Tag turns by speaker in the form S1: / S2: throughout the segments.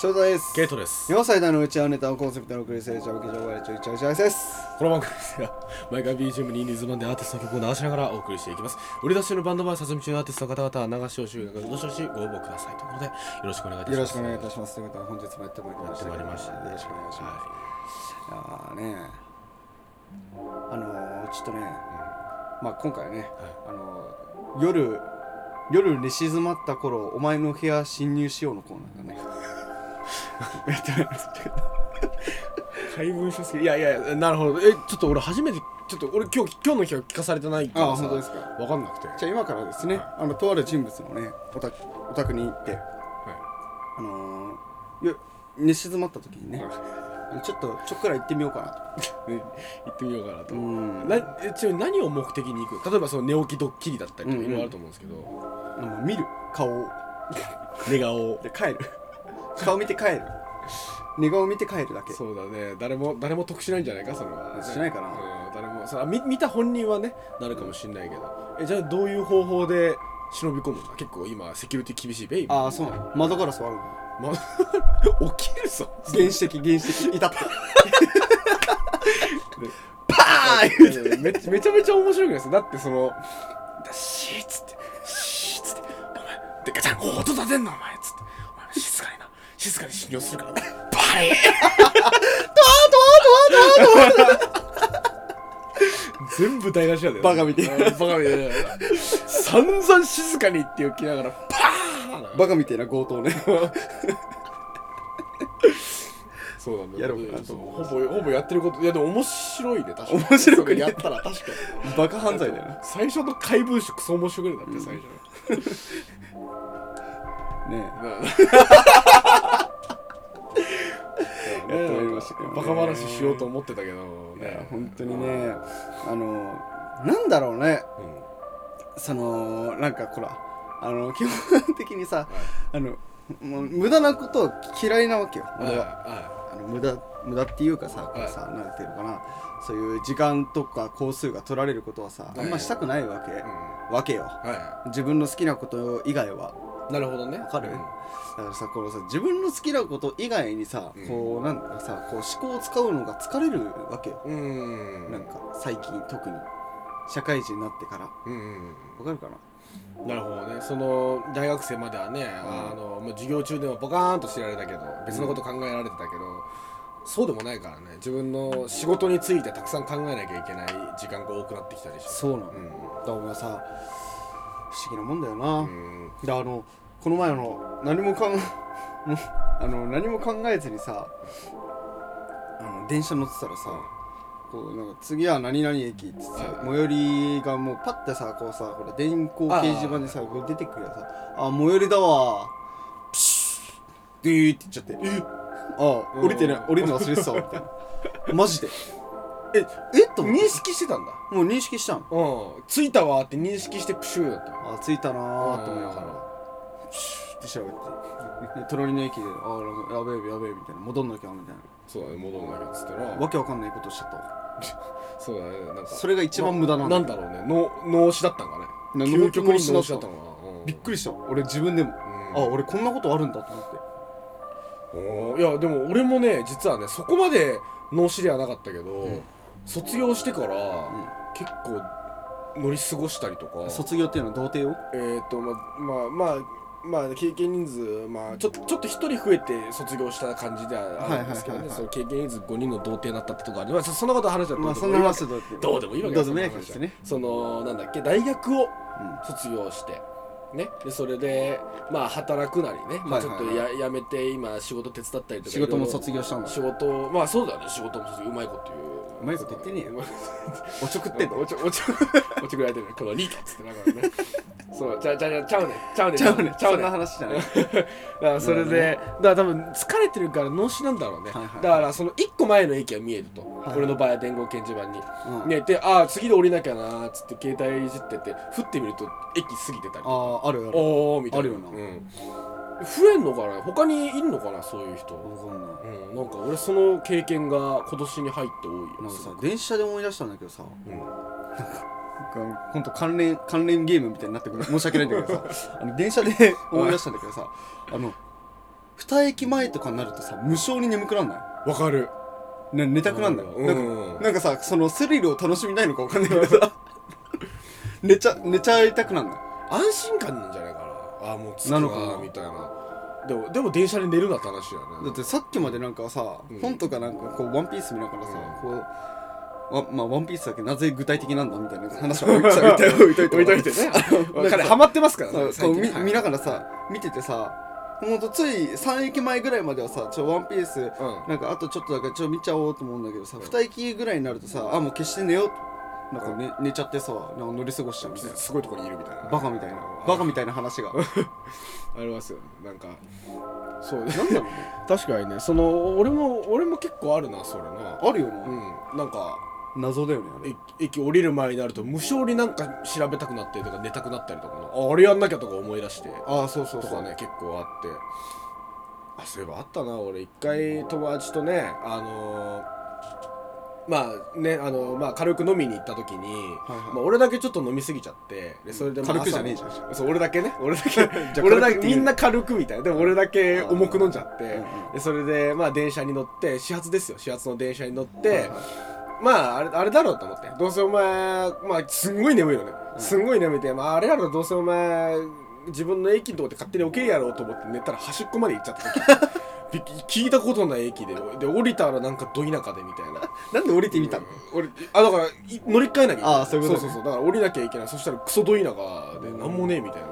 S1: 翔太です
S2: ゲートです
S1: 4歳代のうちはネタをコンセプトにお送りするジャブケジャブワイチョイチャイチャイです
S2: この番組ですが毎回 BGM にリズムでアーティストの曲を流しながらお送りしていきます売り出しのバンド前撮影中のアーティストの方々は流しを収穫どしどしご応募くださいということでよろしくお願いいた
S1: よ
S2: します
S1: ろしくお願いい
S2: や
S1: たしますということで本日もやってまいりま
S2: っ
S1: してた
S2: まいりました
S1: よろしくお願いします、
S2: はい
S1: やーねあのー、ちょっとね、まあ今回ね、あのー、夜夜寝静まった頃お前の部屋侵入しようのコーナー がねやってないですけど
S2: い怪文書いやいやなるほどえちょっと俺初めてちょっと俺今日今日の日は聞かされてないから
S1: ああ
S2: さ
S1: 本当ですか
S2: わかんなくて
S1: じゃあ今からですねあのとある人物のねお宅お宅に行って
S2: は
S1: あのー、よ寝静まった時に
S2: い
S1: ね、
S2: は
S1: ちょっとちょっくら行ってみようかなと
S2: いね行ってみようかなと
S1: うん
S2: なえちなみに何を目的に行く例えばその寝起きドッキリだったりと
S1: うん
S2: か
S1: うん
S2: いろいろあると思うんですけど、
S1: あの見る顔を
S2: 寝顔を
S1: で帰 る顔見て帰る寝顔見て帰るだけ
S2: そうだね誰も誰も得しないんじゃないかそれは、ね、
S1: しないかな
S2: うん、誰もさ見見た本人はねなるかもしれないけどえじゃあどういう方法で忍び込むの結構今セキュリティ厳しいベイビー
S1: ああそうなの窓ガラス割るの
S2: ま 起きるぞ
S1: 原始的原始的いたった
S2: で
S1: パーン
S2: いやいやめ めちゃめちゃ面白いですだってその「シー」っつって「シー」っつって「お前でかちゃん音立てんなお前」っつって「お前静かにな静かに信用するからバリー!」全部台無しなんだよ
S1: バカみてえ
S2: うんバカみたいな散々静かにって起きながらパーン
S1: バカみたいな強盗ね
S2: そうなんだよ
S1: やろうかなと
S2: そうほぼほぼやってることいやでも面白いね確かに
S1: 面白くね
S2: それやったら確か に
S1: バカ犯罪だよね
S2: 最初の怪文書クソ面白くねだって最初の
S1: ね えやってまいりましたけどね
S2: バカ話しようと思ってたけど
S1: いや
S2: ね
S1: 本当にねあのなんだろうね
S2: うんは
S1: そのなんかほらあの基本的にさあのもう無駄なことを嫌いなわけよ
S2: い
S1: 俺は
S2: は
S1: あの無駄無駄っていうかさ、こうさ、なんていうのかな、そういう時間とか工数が取られることはさ、
S2: い
S1: あんましたくないわけ、
S2: いうん
S1: わけよ。
S2: は
S1: 自分の好きなこと以外は。
S2: いなるほどね
S1: わかる
S2: うん
S1: だからさ、このさ、自分の好きなこと以外にさ、
S2: うん
S1: こう、なんかさ、こう思考を使うのが疲れるわけよ。
S2: うん
S1: なんか、最近特に。社会人になってから。わ
S2: うんうん
S1: かるかな
S2: なるほどねその大学生まではね、あのまあ授業中でもポカーンとしてられたけど別のこと考えられてたけど、そうでもないからね自分の仕事についてたくさん考えなきゃいけない時間が多くなってきたりして
S1: そうなの。だ
S2: うん
S1: からお前さ、不思議なもんだよな。
S2: うん
S1: であのこの前あの何もかん あの何も考えずにさあの電車乗ってたらさこうなんか次は何々駅ってさ、
S2: はい
S1: 最寄りがもうパッてさこうさほら電光掲示板でさこう出てくるやさあ最寄りだわピシュッドゥーって言っちゃってえああ降りてない
S2: うん
S1: 降りるの忘れてたわみたいなマジで
S2: え
S1: えっと思っ
S2: 認
S1: て
S2: 識してたんだ
S1: もう認識したの
S2: うん着いたわって認識してプシューだった
S1: あ着いたなーと思いなが
S2: うん
S1: らシューって調べてで 隣の駅で「あーなんかやべえやべえ」みたいな「戻んなきゃ」みたい
S2: そうだね戻んなきゃっつって
S1: な
S2: な
S1: わけわかんないことしちゃったわ
S2: そうだねなんか
S1: それが一番無駄なんだ
S2: なんだろうね脳脳死だったんかね
S1: な
S2: 究極に
S1: 脳
S2: 脳
S1: 死
S2: 死
S1: だ
S2: だ
S1: っ
S2: った
S1: の
S2: たのかな、うん
S1: びっくりした俺自分でも、
S2: うん
S1: あ俺こんなことあるんだと思って
S2: おーいやでも俺もね実はねそこまで脳死ではなかったけど、
S1: ん
S2: 卒業してから、結構乗り過ごしたりとか
S1: 卒業っていうのは童貞よ
S2: えっ、とまあまあまあまあ経験人数まあちょちょっと一人増えて卒業した感じではあるんですけど
S1: は
S2: ね
S1: いはいはいはい
S2: その経験人数5人の童貞になったってとこありますそんなこと話だった
S1: まあそんな話どうでも
S2: どうでもいいわけ
S1: ど
S2: よ
S1: うでもいいわけで
S2: そん話
S1: す
S2: は
S1: ね
S2: そのなんだっけ大学を卒業して、ね、でそれでまあ働くなりね、
S1: は
S2: まあ、
S1: い
S2: ちょ
S1: は
S2: っ
S1: いは
S2: と
S1: い
S2: や,、やめて今仕事手伝ったりとか
S1: 仕事も
S2: いろいろ
S1: 卒業したんだ
S2: 仕事をまあそうだね仕事も卒業うまいこと言う
S1: うまいこと言ってねえよ
S2: うまい
S1: おちょくってんの
S2: おちょおちょおちょくられてるねこのリートっつってだから ねそうちゃうちゃうちゃうねちゃうね
S1: ちゃうね
S2: ち
S1: ち
S2: ゃ
S1: ゃ
S2: う
S1: うねそ
S2: ね
S1: んな話じゃない
S2: だからそれで、
S1: な
S2: だから多分疲れてるから脳死なんだろうね、
S1: はいはい
S2: だからその1個前の駅は見えると、
S1: い
S2: 俺の場合は電光掲示板に、
S1: うん
S2: ねでああ次で降りなきゃなーっつって携帯いじってて振ってみると駅過ぎてたり
S1: あああるある
S2: おおみたいな
S1: あるよな
S2: うん、増えんのかな他にいるのかなそういう人、
S1: わかんない
S2: うん、なんか俺その経験が今年に入って多いよ
S1: なんか
S2: す
S1: さ
S2: ごく
S1: 電車で思い出したんだけどさ
S2: うん
S1: 本当関連関連 ゲームみたいになってくる申し訳ないんだけどさあの電車で思い出したんだけどさあの二駅前とかになるとさ無性に眠くなんな
S2: わかる
S1: い、ね、寝たくなんない、
S2: うん
S1: な
S2: うん
S1: か
S2: んうん
S1: なんかさそのスリルを楽しみないのかわかんないけどさ 寝ちゃ寝ちゃいたくなんない
S2: 安心感なんじゃないかなあもう着く
S1: なのか
S2: な
S1: な
S2: みたいなでもでも電車で寝るなって話だよ
S1: だ
S2: ね
S1: ってさっきまでなんかさ、
S2: うん
S1: 本とかなんかこう「ワンピース見ながらさ、こうわまあ、ワンピースだけなぜ具体的なんだみたいな話は置いて置いといて
S2: 置いといてね
S1: なんか
S2: 彼
S1: さ
S2: ハマってますから
S1: そ
S2: ね
S1: うこう見見なが
S2: ら
S1: らさ見ててさほんとつい3駅前ぐらいまではさ「ちょワンピース
S2: うん
S1: なんかあとちょっとだからちょ見ちゃおうと思うんだけどさ、
S2: ん
S1: 2駅ぐらいになるとさ「あもう決して寝よう」なんか寝寝ちゃってさなんか乗り過ごしちゃうみたいな
S2: すごいとこにいるみたいな
S1: バカみたいなバカみたいな話が
S2: ありますよねなんかそう
S1: なんだろうね
S2: 確かにねその俺も俺も結構あるなそれな
S1: あるよな、
S2: うんなんか
S1: 謎だよねあれ
S2: 駅駅降りる前になると無性になんか調べたくなってとか寝たくなったりとかなああれやんなきゃとか思い出して
S1: ああそうそう
S2: と
S1: そ
S2: か
S1: う、
S2: ね結構あってあそういえばあったな俺一回友達とねあのーまあねあのまあ軽く飲みに行った時に、
S1: はいはい
S2: まあ、俺だけちょっと飲みすぎちゃってでそれでまあ
S1: 軽くじゃねえ じゃん
S2: 朝そう俺だけね俺だ
S1: じ
S2: け
S1: ゃあ
S2: 俺
S1: 軽
S2: だけ
S1: くって
S2: み
S1: 言うん
S2: な軽くみたいなでも俺だけ重く飲んじゃって、
S1: うんうん
S2: でそれでまあ電車に乗って始発ですよ始発の電車に乗って、
S1: はいはい
S2: まああれあれだろうと思ってどうせお前まあすんごい眠いよね、すんごい眠いて、まあ、あれやろどうせお前自分の駅のとこで勝手に起きるやろうと思って寝たら端っこまで行っちゃ った時びっくり聞いたことない駅でで降りたらなんかど田舎でみたいな
S1: なんで降りてみたの、
S2: 俺あだからい乗り換えなきゃいけない
S1: あーそういうことね
S2: そうそうそうだから降りなきゃいけないそしたらクソど田舎でなんもねえみたいな、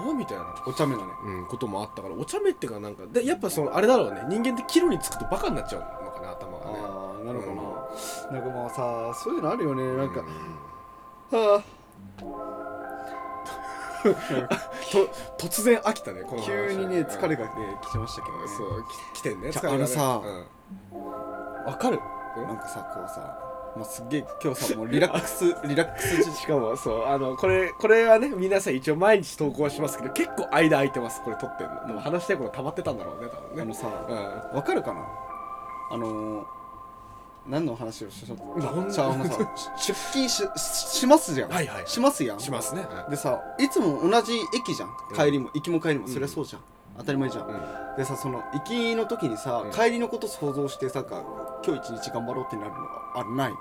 S2: はあみたいな
S1: お茶目だね
S2: うん、こともあったからお茶目っていうかなんかでやっぱそのあれだろうね人間って岐路につくとバカになっちゃうのかな頭がね
S1: ああなるほどな、なんかまあさそういうのあるよねなんか、
S2: う
S1: はあ
S2: と突然飽きたねこの話
S1: 急にね疲れ
S2: が、
S1: がね来てましたけどね
S2: そうき来てんね
S1: じゃ
S2: 疲れがね
S1: あのさ
S2: うんわかる
S1: なんかさこうさもうすっげえ今日さもうリラック スリラックス
S2: しかもそうあのこれこれはね皆さん一応毎日投稿はしますけど結構間空いてますこれ撮ってんの、でも話したいこと溜まってたんだろうね多
S1: あ
S2: 分
S1: の
S2: ね
S1: さ
S2: うん
S1: わかるかなあのー、何の話をしちゃった
S2: なん
S1: じゃあ あのさ出勤しししますじゃん、
S2: はいはい
S1: しますやん
S2: しますね、
S1: でさいつも同じ駅じゃん
S2: うん
S1: 帰りも、行きも帰りも
S2: うん
S1: そりゃそうじゃん、当たり前じゃん、
S2: うん
S1: でさその行きの時にさ、
S2: うん
S1: 帰りのこと想像してさか今日一日頑張ろうってなるのがあない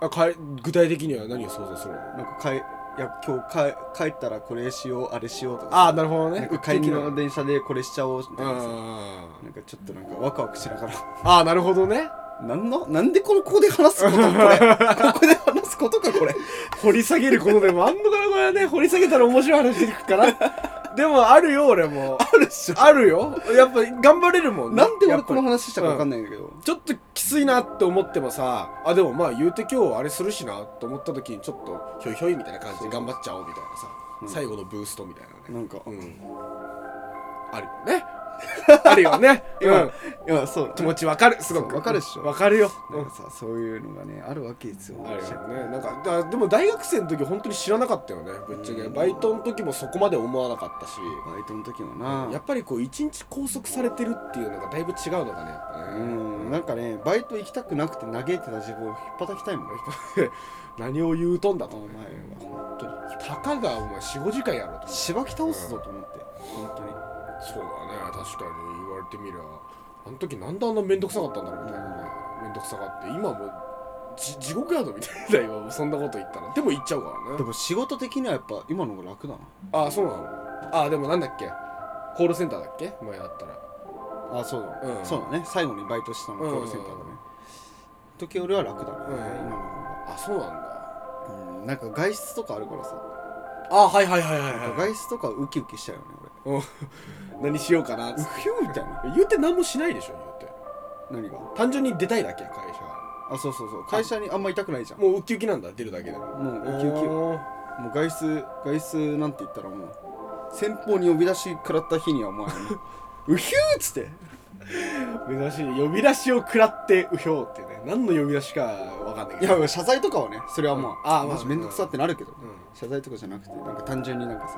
S2: あかい具体的には何を想像するの
S1: なんかかいいや今日帰帰ったらこれしようあれしようとかさ
S2: ああなるほど
S1: な
S2: ね
S1: んか帰り
S2: う
S1: の
S2: ん
S1: 電車でこれしちゃおうみたいなさ
S2: あ
S1: なんかちょっとなんかワクワクしながら
S2: あなるほどね
S1: なんのなんでこのここで話すこと これここで話すことかこれ
S2: 掘り下げることでもあんのかなこれはね掘り下げたら面白い話できるかなでもあるよ俺も
S1: あるっしょ
S2: あるよやっぱ頑張れるもんね
S1: なんで俺この
S2: やっぱり
S1: 話したかわかんないんだけど、
S2: ちょっときついなって思ってもさあでもまあ言うて今日あれするしなと思った時にちょっとひょいひょいみたいな感じで頑張っちゃおうみたいなさ、
S1: うん
S2: 最後のブーストみたいなね
S1: なんか、
S2: うんあるよねあるよね、う
S1: 今
S2: ん、
S1: いやそう
S2: 気持ちわかるすご
S1: そ
S2: く
S1: うわかるっしょ
S2: わかるよ、う
S1: なんか
S2: ん
S1: さそういうのがねあるわけですよ
S2: あるよねなんかだでも大学生の時本当に知らなかったよねぶっちゃけ
S1: うん
S2: バイトの時もそこまで思わなかったし
S1: バイトの時もな
S2: やっぱりこう一日拘束されてるっていうのがだいぶ違うのかねやっぱ
S1: う
S2: ね、
S1: んなんかねバイト行きたくなくて嘆いてた自分を引っ叩きたいもん
S2: 何を言うとんだと
S1: お前は本当に
S2: たかがお前45時間やろと
S1: しばき倒すぞと思って本当に
S2: そうだね確かに言われてみりゃあの時なんであんな面倒くさかったんだろうみたいなね面倒くさがって今もじ地獄宿みたいだよ そんなこと言ったらでも言っちゃうから
S1: で
S2: ね
S1: も仕事的にはやっぱ今の方が楽だな
S2: ああそうなのああでもなんだっけコールセンターだっけ前だったら
S1: あそうだ、
S2: うん
S1: そうだね最後にバイトしたの
S2: うん
S1: コールセンターだね、時よりは楽だね、
S2: うん
S1: 今の方
S2: あそうなんだ
S1: が、うん、なんか外出とかあるからさ、
S2: あはいはいはいはい
S1: なんか外出とかウキウキしちゃうよね
S2: 何しようかなっ
S1: 俺
S2: つっ
S1: ウ
S2: て
S1: キウキみたいな
S2: 言うて何もしないでしょ言うて
S1: 何が
S2: 単純に出たいだけ会社
S1: あそうそうそう会社にあんまいたくないじゃんも
S2: もうウッキウキなんだ出るだけでも
S1: うウキウキよもう外出外出なんて言ったらもう先方に呼び出し食らった日にはお前 もうウヒューっつって
S2: 珍しい呼び出しを食らってうひょうってね何の呼び出しかわかんない
S1: い
S2: けど
S1: や謝罪とかはねそれはま
S2: うん
S1: あ、
S2: あーまあ
S1: マジめんどくさってなるけど、
S2: うん
S1: 謝罪とかじゃなくてなんか単純になんかさ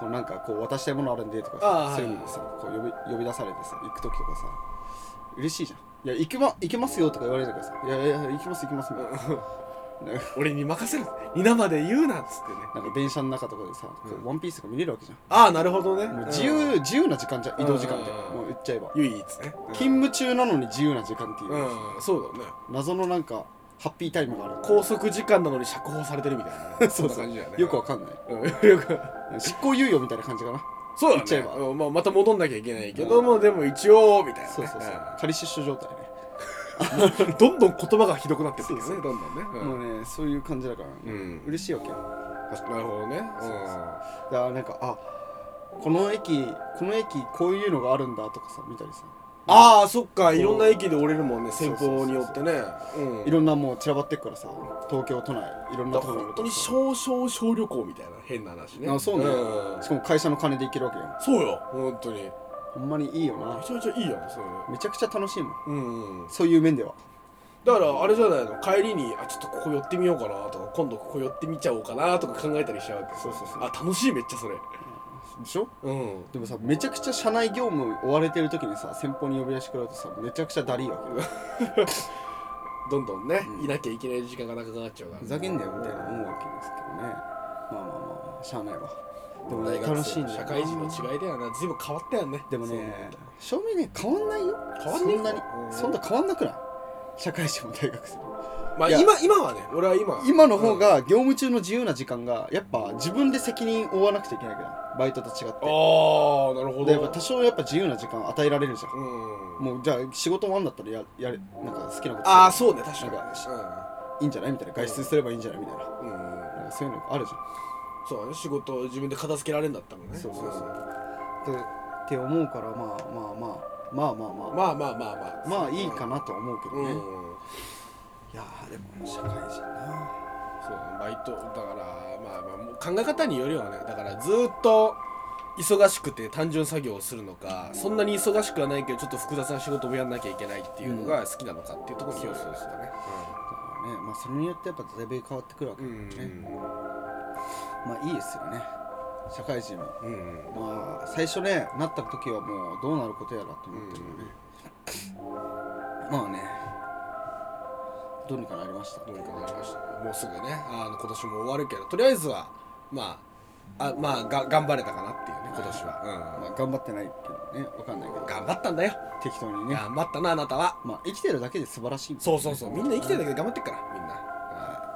S1: こうなんかこう渡したいものあるんでとか
S2: あー
S1: さそういう
S2: はい
S1: のでさこう呼び呼び出されてさ行く時とかさ嬉しいじゃんいや行きま行けますよとか言われるからさ「いやいやいや行きます行きます」みたいなね
S2: 俺に任せる皆まで言うなっつってね
S1: なんか電車の中とかでさ、こう
S2: うん
S1: ワンピースとか見れるわけじゃ
S2: ああなるほどね
S1: んもう自由、自由な時間じゃん移動時間で、
S2: うん
S1: もう言っちゃえば、
S2: うん唯一ね
S1: 勤務中なのに自由な時間っていう、
S2: うん、うん、そうだね
S1: 謎のなんかハッピータイムがある
S2: 拘束時間なのに釈放されてるみたいな ね
S1: そうそうん
S2: な感じだよね
S1: よくわかんない
S2: うんよく
S1: 執行猶予みたいな感じかな
S2: そう
S1: 言っちゃえば
S2: うんまあ、また戻んなきゃいけないけども、でも一応みたいなね、
S1: そうそうそう仮出所状態ね、
S2: うん どんどん言葉がひどくなってってるよね
S1: そう
S2: どんどんね、うん
S1: もうねそういう感じだから、
S2: うん
S1: 嬉しいわけよ
S2: なるほどね
S1: そうそうそうだからなんかあこの駅この駅こういうのがあるんだとかさ見たりさ
S2: ああそっか
S1: う
S2: いろんな駅で降りるもんね
S1: そう
S2: 先
S1: そうそうそう
S2: 方によってねうん
S1: いろんなもう散らばってっからさ東京都内いろんな
S2: だ
S1: とこ
S2: から
S1: ろ
S2: 本当に小小小旅行みたいな変な話ね
S1: あそうね
S2: ん
S1: しかも会社の金で行けるわけよ
S2: そうよ本当にめ
S1: ほんまにいいよな
S2: ちゃめちゃいいやんそれ
S1: めちゃくちゃ楽しいもん
S2: うんうん
S1: そういう面では
S2: だからあれじゃないの帰りにあちょっとここ寄ってみようかなとか今度ここ寄ってみちゃおうかなとか考えたりしちゃうわけ
S1: そうそうそう
S2: あ楽しいめっちゃそれ
S1: でしょ
S2: うん
S1: でもさめちゃくちゃ社内業務追われてる時にさ先方に呼び出してくれるとさめちゃくちゃだりいわけよ
S2: どんどんね、
S1: うん
S2: いなきゃいけない時間がなくなっちゃうから
S1: ふざけんなよみたいな思うわけですけどねまあまあまあまあしゃあないわでもね
S2: 大学
S1: 楽しい
S2: 生
S1: ん
S2: の
S1: だよ
S2: 社
S1: な
S2: 会人の違いだよな随分変わったよね
S1: でも
S2: そう思
S1: ね正味ね変わんないよ
S2: うと変わんね
S1: そ
S2: え
S1: んなに
S2: う
S1: そんな変わんなくない社会人も大学生も
S2: まあ
S1: いや
S2: 今今はね俺は今
S1: 今の方が業務中の自由な時間がやっぱ自分で責任負わなくちゃいけないからバイトと違って
S2: ああなるほど
S1: でやっぱ多少やっぱ自由な時間与えられるじゃん
S2: うん
S1: もうじゃあ仕事終わんだったらややれなんか好きなこと
S2: ああ
S1: す
S2: そうね確かに
S1: なんいいんじゃないみたいな外出すればいいんじゃないみたいな
S2: うん、うん、
S1: なんかそういうのあるじゃん
S2: そうだね仕事を自分で片付けられるんだったもんね
S1: そうそうそう
S2: う
S1: ってって思うからまあまあまあまあまあまあま
S2: まあまあまあまあ
S1: あいいかなとは思うけど
S2: うん
S1: ね、い
S2: うん
S1: やーでも社会人な
S2: そうだねバイトだからまあまあもう考え方によるよねだからずーっと忙しくて単純作業をするのかそんなに忙しくはないけどちょっと複雑な仕事もやんなきゃいけないっていうのが好きなのかっていうところによるよね
S1: だからねまあそれによってやっぱだいぶ変わってくるわけ
S2: う
S1: だ
S2: ん
S1: からね、まあいいですよね社会人も
S2: うんうん
S1: まあ最初ねなった時はもうどうなることやらと思ってるよね、まあねどうにかなりました
S2: どうにかなりましたねもうすぐねあの今年も終わるけどとりあえずはまああまあが頑張れたかなっていうね今年は、
S1: まあ、頑張ってないけどねわかんないけ
S2: う
S1: ど
S2: ん、頑張ったんだよ
S1: 適当にね
S2: 頑張ったなあなたは
S1: まあ生きてるだけで素晴らしいもんね
S2: そうそうそうみんな生きてるだけで頑張ってっからみんな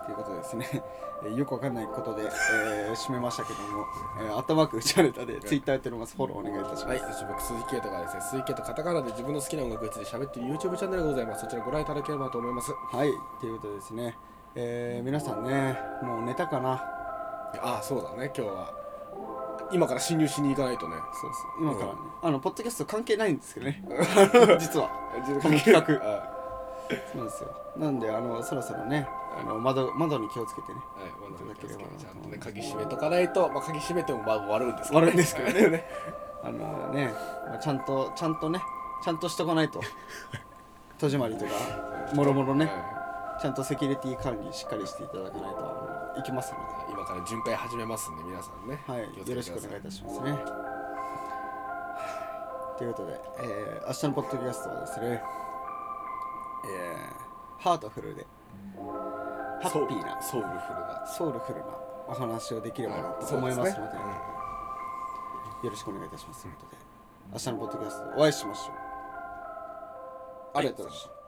S1: ということでですね、 えーよくわかんないことで、えー締めましたけども、えー、頭くうちゃネタでツイッターやっておりますフォローお願いいたしま
S2: はい、
S1: す、
S2: 私僕鈴木圭とかですね鈴木圭とカタカナで自分の好きな音楽について喋ってる YouTube チャンネルがございますそちらご覧いただければと思います
S1: はい、ということでですね、えー皆さんねもう寝たかな
S2: ああそうだね今日は今から侵入しに行かないとね
S1: そうそう今からね、あのポッドキャスト関係ないんですけど ね実は
S2: こ
S1: この企画
S2: は
S1: そうなんですよなんであのそろそろねあの窓窓に気をつけてね
S2: い、本当に気をつけてちゃんとね鍵閉めとかないと、まあ、鍵閉めてもまあ悪いんです
S1: 悪いんですけど
S2: ね
S1: あのね、まあ、ちゃんとちゃんとねちゃんとしとかない と戸締まりとかもろもろね
S2: は
S1: ちゃんとセキュリティ管理しっかりしていただかないとあのいきますので
S2: い今から巡回始めますんで皆さんね
S1: はい、
S2: 気をつ
S1: よ
S2: け
S1: ろ
S2: て
S1: しく
S2: く
S1: お
S2: ださ
S1: 願いいたしますね。ということで、えー明日のポッドキャストはですね、えーハートフルで、ハッピーな、
S2: ソウルフルな
S1: ソウルフルなお話をできればなと思いますので、よろしくお願いいたします。ということで、明日のポッドキャストでお会いしましょう。ありがとうございました。